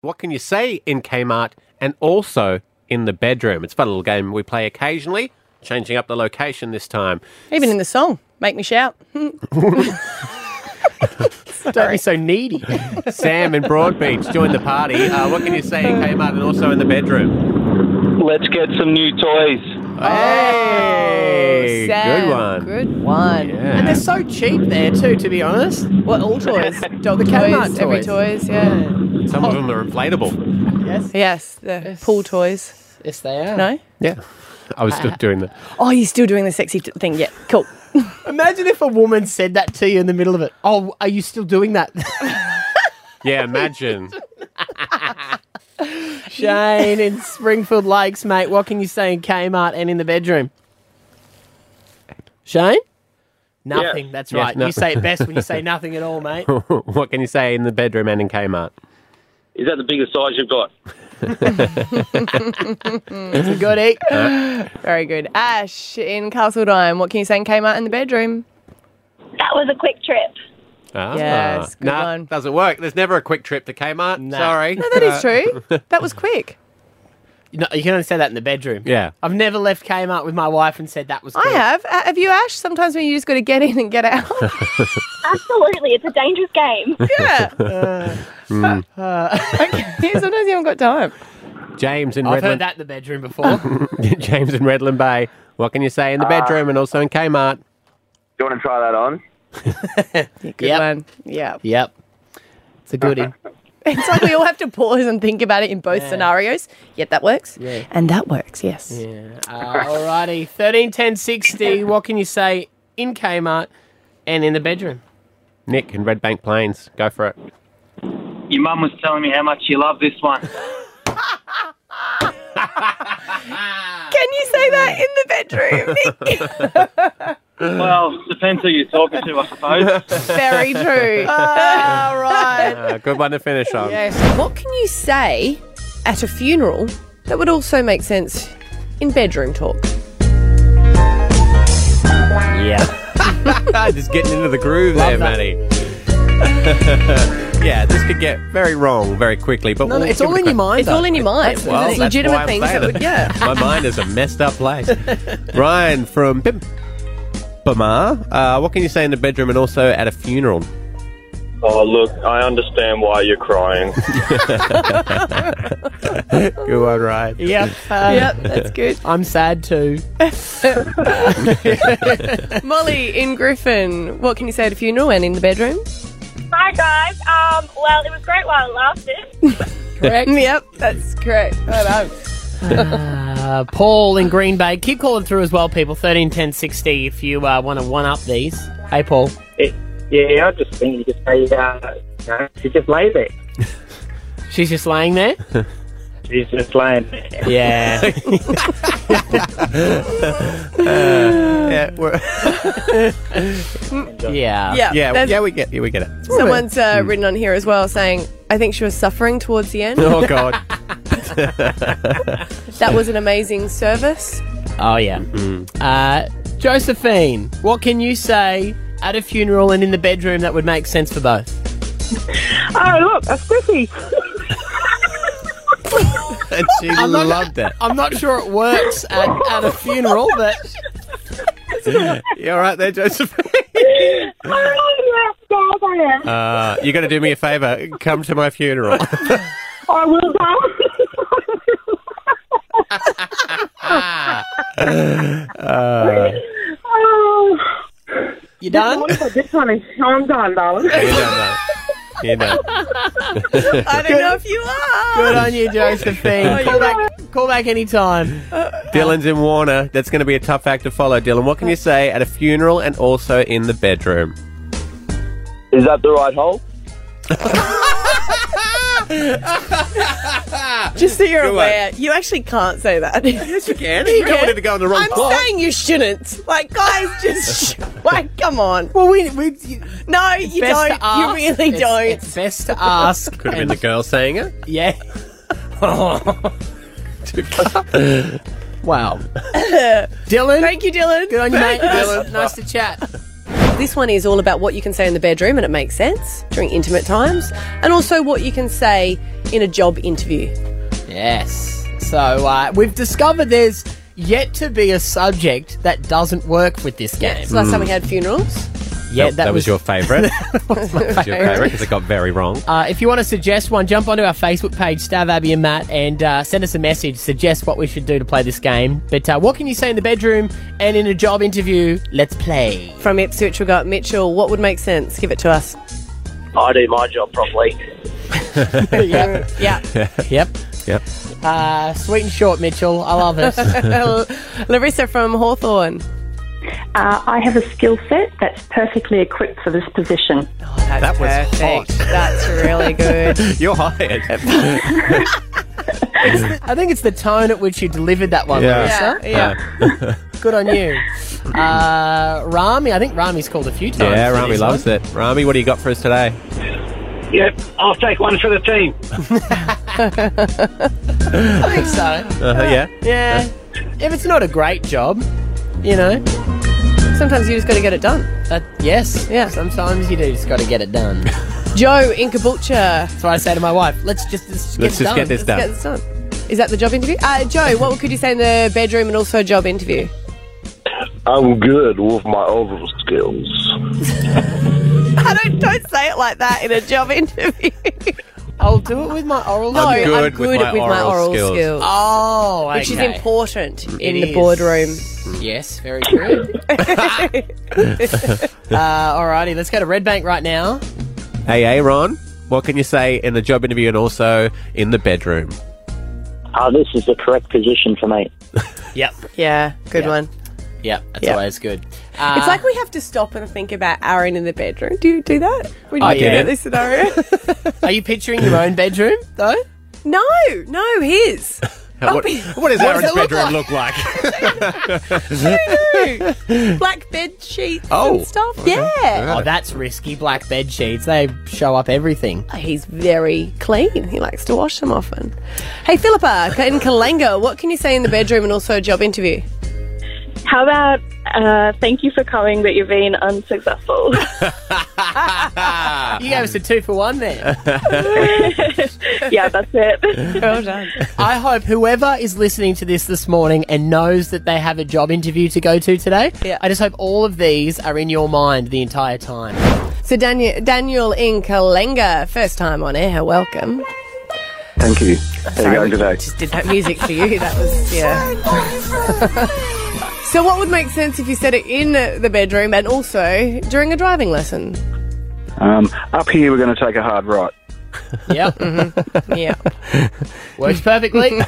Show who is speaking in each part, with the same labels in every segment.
Speaker 1: What can you say in Kmart and also in the bedroom? It's a fun little game we play occasionally, changing up the location this time.
Speaker 2: Even in the song, make me shout.
Speaker 3: Don't be so needy.
Speaker 1: Sam in Broadbeach joined the party. Uh, what can you say in Kmart and also in the bedroom?
Speaker 4: Let's get some new toys.
Speaker 1: Hey,
Speaker 2: Oh, Sam,
Speaker 1: good one.
Speaker 2: Good one.
Speaker 3: And they're so cheap there too, to be honest.
Speaker 2: Well, all toys. Dog
Speaker 3: The Kmart
Speaker 2: toys, Oh, every
Speaker 3: toys. Mm.
Speaker 2: toys, yeah.
Speaker 1: Some of them are inflatable.
Speaker 3: Yes.
Speaker 2: Yes, the pool toys.
Speaker 3: Yes, they are.
Speaker 2: No?
Speaker 1: Yeah, I was still doing that.
Speaker 2: Oh, you're still doing the sexy t- thing. Yeah, cool.
Speaker 3: Imagine if a woman said that to you in the middle of it. Oh, are you still doing that?
Speaker 1: Yeah, imagine.
Speaker 3: Shane in Springfield Lakes, mate. What can you say in Kmart and in the bedroom? Shane? Nothing. That's
Speaker 1: Yeah,
Speaker 3: right.
Speaker 1: no-
Speaker 3: You say it best when you say nothing at all, mate.
Speaker 1: what can you say in the bedroom and in Kmart?
Speaker 4: Is that the biggest size you've got?
Speaker 3: It's a goodie.
Speaker 2: Very good. Ash in Castledine. What can you say in Kmart in the bedroom?
Speaker 5: That was a quick trip.
Speaker 1: Ah,
Speaker 2: Yes, good
Speaker 1: nah,
Speaker 2: one.
Speaker 1: doesn't work. There's never a quick trip to Kmart. Sorry.
Speaker 2: No, that is true. That was quick.
Speaker 3: No, you can only say that in the bedroom.
Speaker 1: Yeah.
Speaker 3: I've never left Kmart with my wife and said that was
Speaker 2: I
Speaker 3: good.
Speaker 2: have. Uh, have you, Ash? Sometimes when you just got to get in and get out.
Speaker 5: Absolutely, it's a dangerous game.
Speaker 2: yeah.
Speaker 3: Mm.
Speaker 2: okay. Sometimes you haven't got time.
Speaker 1: James in
Speaker 3: I've heard
Speaker 1: Redland.
Speaker 3: that in the bedroom before.
Speaker 1: James in Redland Bay. What can you say in the bedroom and also in Kmart?
Speaker 6: Do you want to try that on?
Speaker 2: Good
Speaker 3: Yep.
Speaker 2: one. Yeah.
Speaker 3: yep. It's a goodie.
Speaker 2: It's like we all have to pause and think about it in both scenarios. Yep, that works.
Speaker 3: Yeah.
Speaker 2: And that works, yes.
Speaker 3: Yeah. Uh, alrighty. 13, 10, 60. What can you say in Kmart and in the bedroom?
Speaker 1: Nick in Red Bank Plains. Go for it.
Speaker 4: Your mum was telling me how much you love this one.
Speaker 2: Can you say that in the bedroom? Nick?
Speaker 4: well, depends who you're talking to, I suppose.
Speaker 2: Very true. Uh,
Speaker 3: All right.
Speaker 1: Uh, good one to finish on.
Speaker 2: What can you say at a funeral that would also make sense in bedroom talk?
Speaker 1: Just getting into the groove there,
Speaker 3: that.
Speaker 1: Matty. yeah, this could get very wrong very quickly. But
Speaker 3: No, no,
Speaker 1: we'll
Speaker 3: it's
Speaker 1: give
Speaker 3: all
Speaker 1: it a
Speaker 3: in your
Speaker 1: crack.
Speaker 3: mind.
Speaker 2: It's all in your mind.
Speaker 3: That's-
Speaker 2: Well,
Speaker 1: Well, that's
Speaker 2: it's
Speaker 1: why
Speaker 2: legitimate
Speaker 1: I'm
Speaker 2: things
Speaker 1: saying
Speaker 2: that would,
Speaker 1: it.
Speaker 2: yeah.
Speaker 1: My mind is a messed up place. Ryan from Bim. Bama, uh, what can you say in the bedroom and also at a funeral?
Speaker 4: oh, look, I understand why you're crying.
Speaker 1: Good one, Ryan.
Speaker 3: Yep. Uh,
Speaker 2: Yep, that's good.
Speaker 3: I'm sad too.
Speaker 2: Molly in Griffin, what can you say at a funeral and in the bedroom?
Speaker 5: Hi guys. Um, well, it was great while it lasted.
Speaker 2: Correct. yep, that's correct. Right on.
Speaker 3: Uh, Paul in Green Bay. Keep calling through as well, people. 13, 10, 60 if you uh, want to one up these. Hey, Paul.
Speaker 7: Yeah, I just think you just say, uh, you know, she just lay there.
Speaker 3: She's just laying there?
Speaker 7: She's just laying there.
Speaker 3: Yeah.
Speaker 1: Yeah, we're-
Speaker 3: Uh, yeah.
Speaker 2: Yeah,
Speaker 1: yeah,
Speaker 2: that's-
Speaker 1: yeah, we get, yeah, we get it.
Speaker 2: Someone's uh, written on here as well saying, I think she was suffering towards the end.
Speaker 1: Oh God,
Speaker 2: That was an amazing service.
Speaker 3: Oh, yeah. Uh, Josephine, what can you say at a funeral and in the bedroom that would make sense for both?
Speaker 7: Oh, look, a squishy.
Speaker 1: and she loved it.
Speaker 3: I'm not sure it works at, at a funeral, but
Speaker 1: You all right there, Joseph?
Speaker 7: Oh, yes, yes, I am.
Speaker 1: Uh, you got to do me a favour. Come to my funeral.
Speaker 7: I will go. oh,
Speaker 3: you done?
Speaker 7: what if I just want to? I'm done, darling.
Speaker 1: you know, you know.
Speaker 2: I don't know if you are.
Speaker 3: Good on you, Josephine. call, back, call back anytime.
Speaker 1: Dylan's in Warner. That's going to be a tough act to follow. Dylan, what can you say at a funeral and also in the bedroom?
Speaker 6: Is that the right hole?
Speaker 2: Just so you're
Speaker 1: Good one.
Speaker 2: aware, you actually can't say that. Yes, you
Speaker 1: can. You don't want it to go in the wrong
Speaker 2: I'm
Speaker 1: spot.
Speaker 2: saying you shouldn't. Like, guys, just sh- like, come on.
Speaker 3: Well, we, we you,
Speaker 2: No, you don't. You really
Speaker 3: It's-
Speaker 2: don't.
Speaker 3: It's best to ask.
Speaker 1: Could have been the girl saying it.
Speaker 3: Yeah. wow. Dylan.
Speaker 2: Thank you, Dylan.
Speaker 3: Good on you, mate. Dylan. Nice to chat.
Speaker 2: This one is all about what you can say in the bedroom, and it makes sense during intimate times, and also what you can say in a job interview.
Speaker 3: Yes. So uh, we've discovered there's yet to be a subject that doesn't work with this game.
Speaker 2: So last time we had funerals.
Speaker 3: Yeah,
Speaker 1: that,
Speaker 3: that
Speaker 1: was,
Speaker 3: was-
Speaker 1: your favourite. that was your
Speaker 3: favourite.
Speaker 1: favourite because it got very wrong.
Speaker 3: Uh, if you want to suggest one, jump onto our Facebook page, Stav, Abby, and Matt, and uh, send us a message. Suggest what we should do to play this game. But uh, what can you say in the bedroom and in a job interview? Let's play.
Speaker 2: From Ipswich, we got Mitchell. What would make sense? Give it to us.
Speaker 7: I do my job properly.
Speaker 3: yep.
Speaker 2: Yeah.
Speaker 3: Yep.
Speaker 1: Yep.
Speaker 3: Uh, sweet and short, Mitchell. I love it.
Speaker 2: Larissa from Hawthorne.
Speaker 8: Uh, I have a skill set that's perfectly equipped for this position.
Speaker 2: That's
Speaker 1: That was
Speaker 2: perfect.
Speaker 1: hot.
Speaker 2: That's really good.
Speaker 1: You're hired.
Speaker 3: I think it's the tone at which you delivered that one,
Speaker 1: Yeah.
Speaker 2: yeah.
Speaker 3: Larissa.
Speaker 1: Uh,
Speaker 3: Good on you. Uh, Rami, I think Rami's called a few times.
Speaker 1: yeah,
Speaker 3: for
Speaker 1: Rami
Speaker 3: this
Speaker 1: loves
Speaker 3: one.
Speaker 1: it. Rami, what do you got for us today?
Speaker 4: Yep, I'll take one for the team.
Speaker 3: I think so.
Speaker 1: Uh, yeah.
Speaker 3: Yeah. If it's not a great job, you know,
Speaker 2: Um, Sometimes you just got to get it done.
Speaker 3: that, yes.
Speaker 2: Yeah.
Speaker 3: Sometimes you do just got to get it done. That's
Speaker 2: Joe in Caboolture.
Speaker 3: what I say to my wife. Let's just, let's
Speaker 1: Let's just
Speaker 3: get it
Speaker 1: get
Speaker 3: done.
Speaker 1: this
Speaker 2: Let's get
Speaker 1: done.
Speaker 2: this done. Is that the job interview? Uh, Joe, what could you say in the bedroom and also job interview?
Speaker 6: I'm good with my oral skills.
Speaker 2: I don't don't say it like that in a job interview.
Speaker 3: I'll do it with my oral.
Speaker 2: no,
Speaker 1: good
Speaker 2: I'm
Speaker 1: with
Speaker 2: good
Speaker 1: my oral skills.
Speaker 3: Oh, okay.
Speaker 2: which is important in
Speaker 3: It
Speaker 2: the
Speaker 3: is.
Speaker 2: boardroom.
Speaker 3: Yes, very good. uh, alrighty, let's go to Red Bank right now.
Speaker 1: Hey, Ron, what can you say in the job interview and also in the bedroom?
Speaker 4: Ah,
Speaker 7: Oh, this is the correct position for me.
Speaker 3: Yep.
Speaker 2: Yeah, good
Speaker 3: Yeah.
Speaker 2: one.
Speaker 3: Yep. That's
Speaker 2: Yep.
Speaker 3: always good. Uh,
Speaker 2: It's like
Speaker 1: Ah.
Speaker 2: we have to stop and think about Aaron in the bedroom. Do you do that? When you
Speaker 1: I
Speaker 2: think
Speaker 1: did
Speaker 2: about
Speaker 1: it.
Speaker 2: This scenario?
Speaker 3: are you picturing your own bedroom though?
Speaker 2: no, no, his.
Speaker 1: What, what does Aaron's
Speaker 3: it look
Speaker 1: bedroom look like?
Speaker 2: Black bed sheets
Speaker 1: Oh,
Speaker 2: and stuff. Yeah.
Speaker 3: Oh, that's risky. Black bed sheets. They show up everything.
Speaker 2: Oh, He's very clean. He likes to wash them often. Hey, Philippa in Kalanga, what can you say in the bedroom and also a job interview?
Speaker 5: How about uh, thank you for coming, but you've been unsuccessful?
Speaker 3: You gave us a two for one there.
Speaker 5: yeah, that's it.
Speaker 2: Well done.
Speaker 3: I hope whoever is listening to this this morning and knows that they have a job interview to go to today,
Speaker 2: Yeah.
Speaker 3: I just hope all of these are in your mind the entire time.
Speaker 2: So, Daniel, Daniel in Kalenga, first time on air, welcome.
Speaker 6: Thank you. How you going today?
Speaker 2: Just did that music for you. That was, yeah. so, what would make sense if you said it in the bedroom and also during a driving lesson?
Speaker 6: Um, up here, we're going to take a hard right.
Speaker 3: Yep.
Speaker 2: Yeah.
Speaker 3: Works perfectly.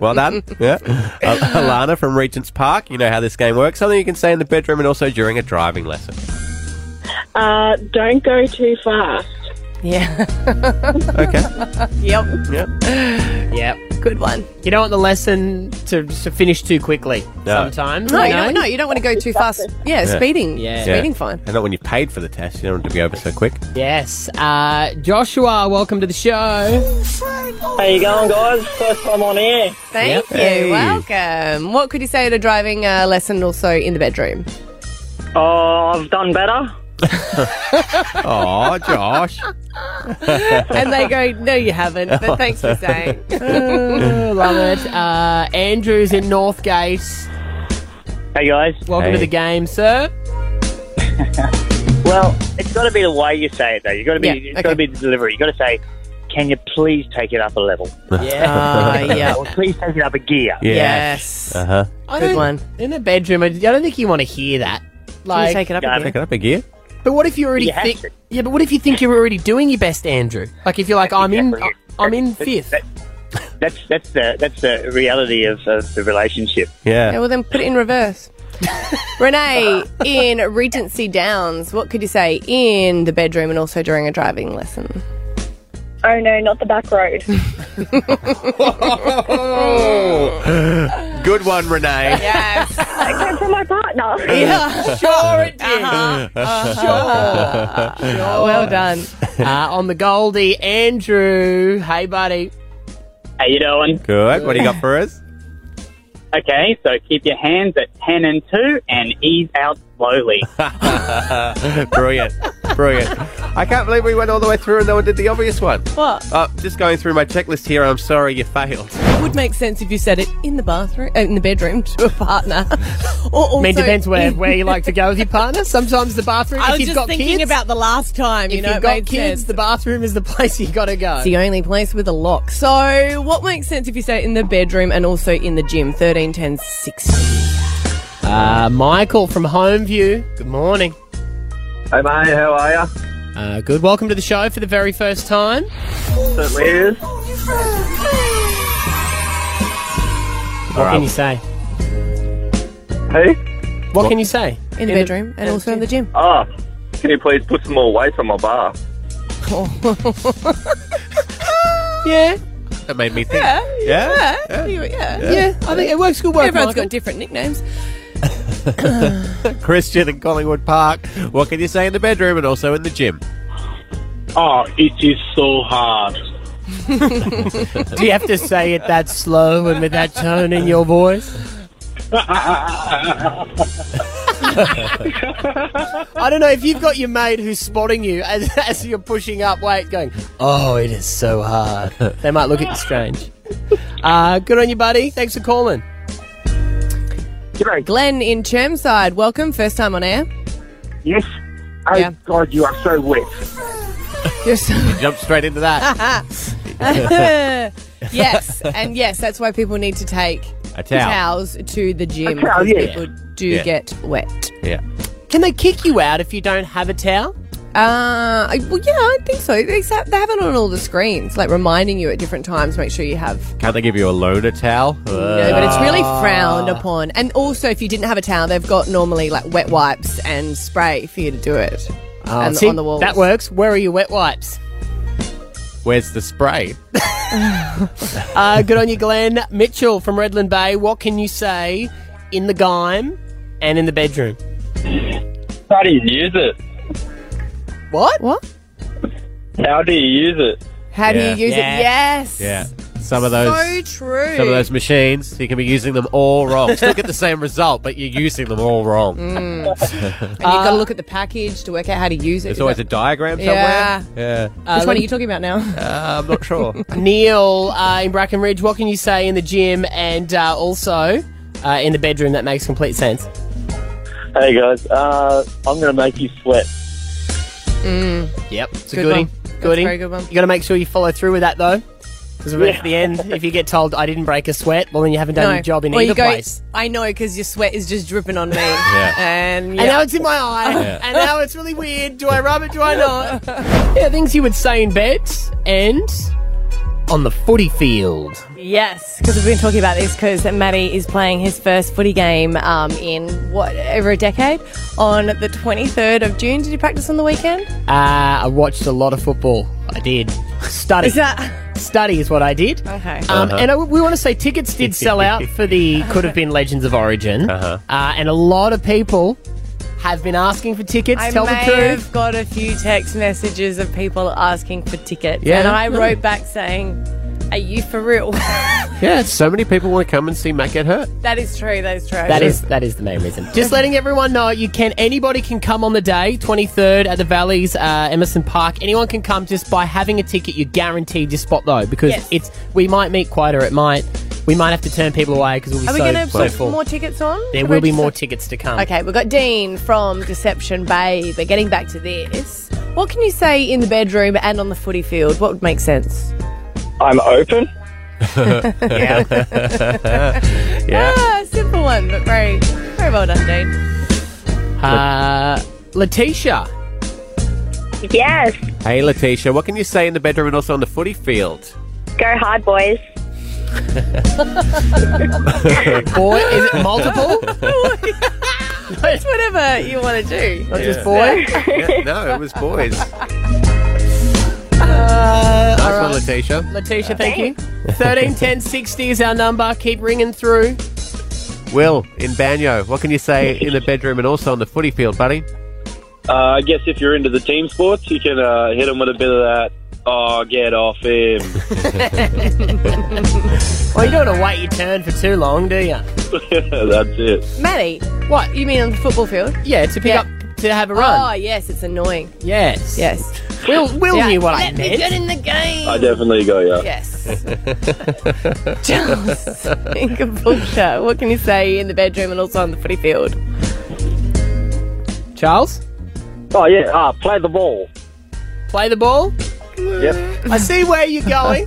Speaker 1: Well done. Yeah. Al- Alana from Regent's Park, you know how this game works. Something you can say in the bedroom and also during a driving lesson.
Speaker 5: Uh, don't go too fast.
Speaker 2: Yeah.
Speaker 1: Okay.
Speaker 2: yep.
Speaker 1: Yeah.
Speaker 3: yep.
Speaker 2: Good one.
Speaker 3: You don't want the lesson to, to finish too quickly
Speaker 1: No.
Speaker 3: sometimes.
Speaker 2: No,
Speaker 3: you
Speaker 2: you
Speaker 3: know?
Speaker 2: don't, no, you don't want to go too fast. Yeah, speeding.
Speaker 3: Yeah.
Speaker 2: Speeding fine.
Speaker 1: And not when you paid for the test. You don't want it to be over so quick.
Speaker 3: Yes. Uh, Joshua, welcome to the show.
Speaker 7: How you going, guys? First time on air.
Speaker 2: Thank
Speaker 3: Yep.
Speaker 2: you.
Speaker 1: Hey.
Speaker 2: Welcome. What could you say at a driving uh, lesson also in the bedroom?
Speaker 7: Oh, I've done better.
Speaker 1: Oh, Josh.
Speaker 2: And they go, no, you haven't, but thanks for saying.
Speaker 3: Oh,
Speaker 2: Ah.
Speaker 3: love it. Uh, Andrew's in Northgate.
Speaker 7: Hey, guys.
Speaker 3: Welcome
Speaker 1: Hey.
Speaker 3: to the game, sir.
Speaker 7: Well, it's got to be the way you say it, though. You got to be.
Speaker 2: Yeah,
Speaker 7: it's
Speaker 2: okay.
Speaker 7: got to be the delivery. You got to say, "Can you please take it up a level,
Speaker 3: Yeah.
Speaker 2: Ah, yeah.
Speaker 7: or please take it up a gear?"
Speaker 2: Yes.
Speaker 1: Uh huh.
Speaker 3: I
Speaker 2: Good
Speaker 3: don't-
Speaker 2: one.
Speaker 3: In the bedroom, I I don't think you want to hear that.
Speaker 2: Can you
Speaker 3: Like,
Speaker 2: take it up
Speaker 7: Yeah,
Speaker 2: again?
Speaker 1: Pick it up a gear.
Speaker 3: but what if you already
Speaker 7: You have
Speaker 3: think?
Speaker 7: to.
Speaker 3: Yeah, but what if you think you're already doing your best, Andrew? Like, if you're like, I'm in, uh,
Speaker 7: Exactly.
Speaker 3: I'm in fifth.
Speaker 7: That- That's that's the that's the reality of, of the relationship.
Speaker 2: Yeah,
Speaker 1: Yeah.
Speaker 2: well, then put it in reverse. Renee in Regency Downs, what could you say in the bedroom and also during a driving lesson?
Speaker 5: Oh no, not the back road.
Speaker 1: Oh. Good one, Renee.
Speaker 2: Yes.
Speaker 5: That came from my partner.
Speaker 3: Sure it did.
Speaker 2: Uh-huh.
Speaker 3: Uh-huh.
Speaker 2: well done.
Speaker 3: Uh, on the Goldie, Andrew. Hey, buddy.
Speaker 7: How you doing?
Speaker 1: Good. What do you got for us?
Speaker 7: Okay, so keep your hands at ten and two, and ease out slowly.
Speaker 1: brilliant, brilliant. I can't believe we went all the way through and no one did the obvious one.
Speaker 2: What?
Speaker 1: Uh, just going through my checklist here. I'm sorry you failed.
Speaker 2: It would make sense if you said it in the bathroom, uh, in the bedroom to a partner. or also,
Speaker 3: I mean, depends where, where you like to go with your partner. Sometimes the bathroom,
Speaker 2: I
Speaker 3: if
Speaker 2: was
Speaker 3: you've
Speaker 2: just
Speaker 3: got
Speaker 2: thinking
Speaker 3: kids,
Speaker 2: about the last time. You
Speaker 3: if
Speaker 2: know,
Speaker 3: you've
Speaker 2: it
Speaker 3: got
Speaker 2: made
Speaker 3: kids,
Speaker 2: sense.
Speaker 3: the bathroom is the place you got to go.
Speaker 2: It's the only place with a lock. So, what makes sense if you say it in the bedroom and also in the gym? 13, 10, 60.
Speaker 3: Uh, Michael from Homeview. Good morning.
Speaker 7: Hey mate, how are ya?
Speaker 3: Uh, good. Welcome to the show for the very first time.
Speaker 7: Certainly is.
Speaker 3: What can you say?
Speaker 4: Hey?
Speaker 3: What, can you say?
Speaker 2: In the Oh. bedroom and also in the gym.
Speaker 4: Ah, can you please put some more weight on my bar?
Speaker 3: Yeah,
Speaker 1: That made me think.
Speaker 2: Yeah. Yeah. yeah.
Speaker 3: yeah. I think it works. Good work,
Speaker 2: Everyone's
Speaker 3: Michael.
Speaker 2: got different nicknames.
Speaker 1: Christian in Collingwood Park. What can you say in the bedroom and also in the gym?
Speaker 4: Oh, it is so hard.
Speaker 3: Do you have to say it that slow and with that tone in your voice? I don't know if you've got your mate who's spotting you as, as you're pushing up weight, going, "Oh, it is so hard." They might look at you strange. Uh, good on you, buddy. Thanks for calling.
Speaker 2: Glenn in Chermside, welcome. First time on air.
Speaker 6: Yes. Oh,
Speaker 2: Yeah.
Speaker 6: God, you are so wet.
Speaker 2: Yes.
Speaker 1: Jump straight into that.
Speaker 2: yes. And yes, that's why people need to take
Speaker 1: A towel.
Speaker 2: towels to the gym.
Speaker 6: A towel,
Speaker 2: because
Speaker 6: yeah.
Speaker 2: People do
Speaker 1: Yeah.
Speaker 2: get wet.
Speaker 1: Yeah.
Speaker 3: Can they kick you out if you don't have a towel?
Speaker 2: Uh, I- well, yeah, I think so. They sa- they have it on all the screens, like reminding you at different times, make sure you have.
Speaker 1: Can't they give you a loader towel? Uh,
Speaker 2: No, but it's really frowned upon. And also, if you didn't have a towel, they've got normally like wet wipes and spray for you to do it.
Speaker 3: Oh,
Speaker 2: and
Speaker 3: see,
Speaker 2: on the walls.
Speaker 3: That works. Where are your wet wipes?
Speaker 1: Where's the spray?
Speaker 3: Uh, good on you, Glenn. Mitchell from Redland Bay. What can you say in the gym and in the bedroom?
Speaker 4: How do you use it?
Speaker 3: What?
Speaker 2: What?
Speaker 4: How do you use it?
Speaker 2: How
Speaker 1: Yeah.
Speaker 2: do you use
Speaker 3: Yeah.
Speaker 2: it? Yes.
Speaker 1: Yeah. Some of those.
Speaker 2: So true.
Speaker 1: some of those machines, you can be using them all wrong. Still get the same result, but you're using them all wrong.
Speaker 2: and you've got to look at the package to work out how to use it.
Speaker 1: There's always a diagram somewhere.
Speaker 2: Yeah.
Speaker 1: Yeah.
Speaker 2: Which one are you talking about now?
Speaker 1: Uh, I'm not sure.
Speaker 3: Uh, Neil uh, in Brackenridge, what can you say in the gym and uh, also uh, in the bedroom that makes complete sense?
Speaker 7: Hey guys, uh, I'm gonna make you sweat.
Speaker 3: Yep, it's a
Speaker 2: Good
Speaker 3: goodie.
Speaker 2: one. That's a
Speaker 3: Goodie.
Speaker 2: very good one.
Speaker 3: You got to make sure you follow through with that though, because at the end, if you get told I didn't break a sweat, well then you haven't done your um, job in
Speaker 2: Or
Speaker 3: either
Speaker 2: you go,
Speaker 3: place.
Speaker 2: I know because your sweat is just dripping on me. yeah. And
Speaker 3: And
Speaker 2: yeah.
Speaker 3: now it's in my eye,
Speaker 1: Yeah.
Speaker 3: and now it's really weird. Do I rub it? Do I not? yeah, things you would say in bed and on the footy field.
Speaker 2: yes, because we've been talking about this because Matty is playing his first footy game um, in what over a decade on the 23rd of June. Did you practice on the weekend?
Speaker 3: Uh, I watched a lot of football. I did. Study.
Speaker 2: Is that
Speaker 3: Study is what I did.
Speaker 2: okay?
Speaker 3: Um, And I, we want to say tickets did sell out for the could have been Legends of Origin, uh and a lot of people have been asking for tickets.
Speaker 2: I
Speaker 3: tell the
Speaker 2: may
Speaker 3: truth.
Speaker 2: have got a few text messages of people asking for tickets,
Speaker 3: Yeah.
Speaker 2: and I wrote back saying, "Are you for real?"
Speaker 1: yeah, so many people want to come and see Matt get hurt.
Speaker 2: that is true. That is true.
Speaker 3: That is that is the main reason. Just letting everyone know, you can anybody can come on the day, twenty third at the Valleys, uh, Emerson Park. Anyone can come just by having a ticket. You're guaranteed your spot though, because
Speaker 2: Yes.
Speaker 3: it's we might meet quota. It might we might have to turn people away because we'll be
Speaker 2: Are we
Speaker 3: so,
Speaker 2: going to
Speaker 3: so
Speaker 2: put
Speaker 3: full.
Speaker 2: more tickets on?
Speaker 3: there
Speaker 2: to
Speaker 3: will be
Speaker 2: register?
Speaker 3: more tickets to come.
Speaker 2: Okay, we've got Dean from Deception Bay, but getting back to this, what can you say in the bedroom and on the footy field? What would make sense?
Speaker 7: I'm open.
Speaker 1: Yeah.
Speaker 2: Ah, simple one, but very, very well done, Dean.
Speaker 3: Uh, Letitia,
Speaker 5: Yes.
Speaker 1: Hey, Letitia, what can you say in the bedroom and also on the footy field?
Speaker 5: Go hard, boys.
Speaker 3: boy, is it multiple?
Speaker 2: It's whatever you want to do.
Speaker 3: Not just boy.
Speaker 1: Yeah, no, it was boys.
Speaker 3: Uh,
Speaker 1: Nice
Speaker 3: all
Speaker 1: one,
Speaker 3: right.
Speaker 1: Letitia.
Speaker 3: Letitia, thank you. Thirteen ten sixty is our number. Keep ringing through.
Speaker 1: Will in Banyo, what can you say in the bedroom and also on the footy field, buddy?
Speaker 4: Uh, I guess if you're into the team sports, you can uh, hit them with a bit of that Oh, get off him.
Speaker 3: Well, you don't want to wait your turn for too long, do you?
Speaker 4: That's it.
Speaker 2: Maddie, what? You mean on the football field?
Speaker 3: Yeah, to pick
Speaker 2: Yeah.
Speaker 3: up to have a
Speaker 2: Oh,
Speaker 3: run.
Speaker 2: yes, it's annoying.
Speaker 3: yes.
Speaker 2: Yes.
Speaker 3: Will Will
Speaker 2: Yeah.
Speaker 3: knew what I
Speaker 2: Let me
Speaker 3: meant.
Speaker 2: get in the game.
Speaker 4: I definitely go, yeah.
Speaker 2: Yes. Charles, in Caboolture, what can you say in the bedroom and also on the footy field?
Speaker 3: Charles,
Speaker 7: Oh, yeah, ah, play the ball.
Speaker 3: play the ball.
Speaker 7: Yep.
Speaker 3: I see where you're going.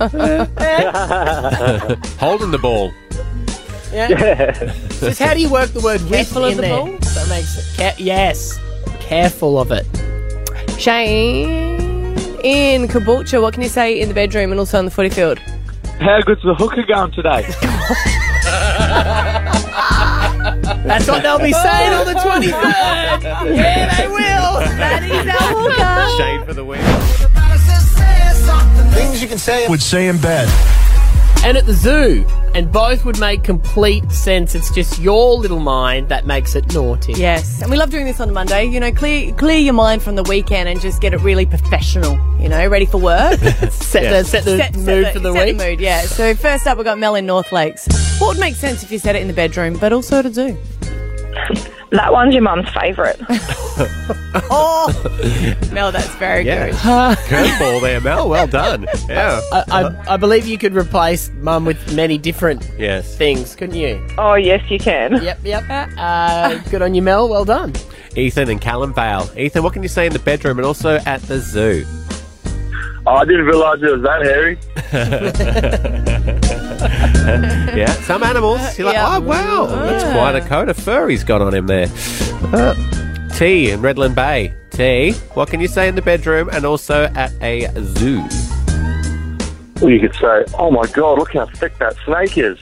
Speaker 1: Holding the ball.
Speaker 3: Just how do you work the word
Speaker 2: Careful of
Speaker 3: with in
Speaker 2: the
Speaker 3: there?
Speaker 2: ball?
Speaker 3: That makes it. Ca- yes. Careful of it.
Speaker 2: Shane, in Caboolture, what can you say in the bedroom and also on the footy field?
Speaker 4: How good's the hooker going today?
Speaker 3: That's what they'll be saying on the 23rd. yeah, they will.
Speaker 2: That is our hooker.
Speaker 1: Shade for the win.
Speaker 9: Things you can say would say in bed.
Speaker 3: And at the zoo. And both would make complete sense. It's just your little mind that makes it naughty.
Speaker 2: Yes, and we love doing this on Monday. You know, clear clear your mind from the weekend and just get it really professional. You know, ready for work.
Speaker 3: Set, the, set the
Speaker 2: set, set
Speaker 3: mood for the
Speaker 2: set
Speaker 3: week.
Speaker 2: the mood, yeah. So first up, we've got Mel in North Lakes. What would make sense if you said it in the bedroom, but also at a zoo?
Speaker 5: That one's your mum's favourite.
Speaker 2: Oh, Mel, that's very good.
Speaker 1: Yeah. Curveball there, Mel. Well done. Yeah.
Speaker 3: I, I, I believe you could replace mum with many different
Speaker 1: Yes.
Speaker 3: things, couldn't you?
Speaker 5: Oh, yes, you can.
Speaker 3: Yep, yep. Uh, good on you, Mel. Well done.
Speaker 1: Ethan and Callum Vale. Ethan, what can you say in the bedroom and also at the zoo?
Speaker 6: Oh, I didn't realise it was that hairy.
Speaker 1: Yeah. Some animals, you're like,
Speaker 2: Yeah.
Speaker 1: oh, wow. That's quite a coat of fur he's got on him there. Uh, T in Redland Bay. T, what can you say in the bedroom and also at a zoo?
Speaker 6: Well, you could say, oh my god, look how thick that snake is.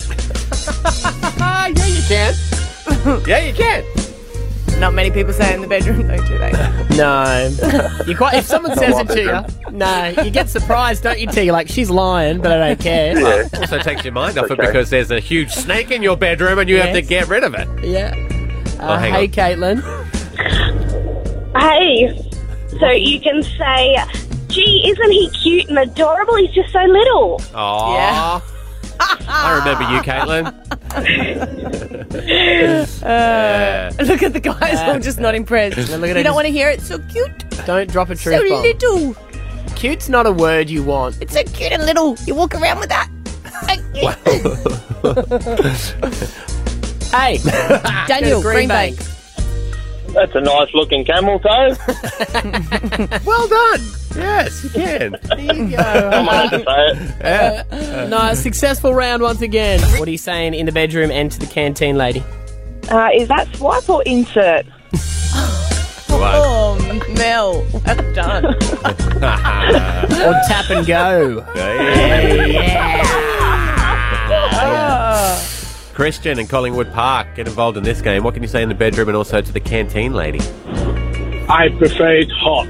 Speaker 3: Ah,
Speaker 2: Uh,
Speaker 3: yeah, you can.
Speaker 1: Yeah, you can.
Speaker 2: Not many people say it in the bedroom, though, do they?
Speaker 3: No. You quite if someone says it to you, no, you get surprised, don't you, T? You're like, she's lying, but I don't care.
Speaker 6: Yeah.
Speaker 1: Also takes your mind off it
Speaker 6: Okay.
Speaker 1: because there's a huge snake in your bedroom and you have to
Speaker 3: Yes.
Speaker 1: get rid of it.
Speaker 3: Yeah.
Speaker 1: Oh,
Speaker 3: Uh,
Speaker 1: hang
Speaker 3: hey,
Speaker 1: on.
Speaker 3: Caitlin.
Speaker 5: Hey, so you can say, gee, isn't he cute and adorable? He's just so little.
Speaker 1: Aww.
Speaker 2: Yeah.
Speaker 1: I remember you, Caitlin. Yeah.
Speaker 2: Look at the guys, all just not impressed.
Speaker 3: look at her
Speaker 2: you don't
Speaker 3: just-
Speaker 2: want to hear it. So cute,
Speaker 3: Don't drop a
Speaker 2: so
Speaker 3: truth bomb.
Speaker 2: little.
Speaker 3: Cute's not a word you want.
Speaker 2: It's so cute and little. You walk around with that.
Speaker 3: Hey,
Speaker 2: Daniel,
Speaker 3: Ah, Green
Speaker 2: Green, Bank.
Speaker 4: That's a nice looking camel toe.
Speaker 1: Well done. Yes, you can.
Speaker 3: there you go.
Speaker 4: I'm allowed to say it.
Speaker 1: Yeah.
Speaker 3: No, successful round once again. What are you saying in the bedroom and to the canteen lady?
Speaker 5: Uh, is that swipe or insert?
Speaker 1: Wow.
Speaker 2: Oh, Mel, that's done.
Speaker 3: Or tap and go?
Speaker 1: Christian in Collingwood Park, get involved in this game. What can you say in the bedroom and also to the canteen lady?
Speaker 4: I prefer it hot.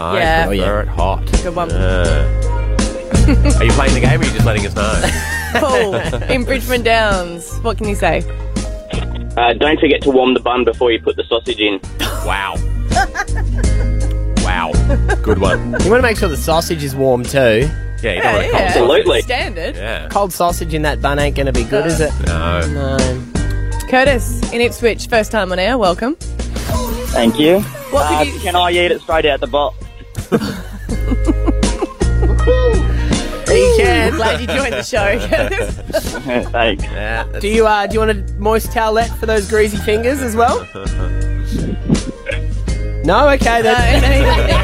Speaker 1: I
Speaker 2: Yeah.
Speaker 1: prefer it hot.
Speaker 2: Good one.
Speaker 1: Uh. are you playing the game or are you just letting us know?
Speaker 2: Paul, in Bridgman Downs, what can you say?
Speaker 10: Uh, don't forget to warm the bun before you put the sausage in.
Speaker 1: Wow. Wow. Good one.
Speaker 3: You want to make sure the sausage is warm too.
Speaker 1: Yeah, you don't want to call
Speaker 2: yeah.
Speaker 10: Absolutely.
Speaker 2: Standard.
Speaker 1: Yeah.
Speaker 3: Cold sausage in that bun ain't going to be good, is it?
Speaker 1: No.
Speaker 3: No.
Speaker 2: Curtis, in Ipswich, first time on air, welcome.
Speaker 7: Thank you.
Speaker 2: What
Speaker 7: Uh,
Speaker 2: could you...
Speaker 7: can I eat it straight out the box?
Speaker 3: You can.
Speaker 2: Glad you joined the show, Curtis.
Speaker 7: Thanks.
Speaker 1: Yeah,
Speaker 3: Do you uh, do you want a moist towelette for those greasy fingers as well? No, okay
Speaker 2: No,
Speaker 3: then.
Speaker 2: no,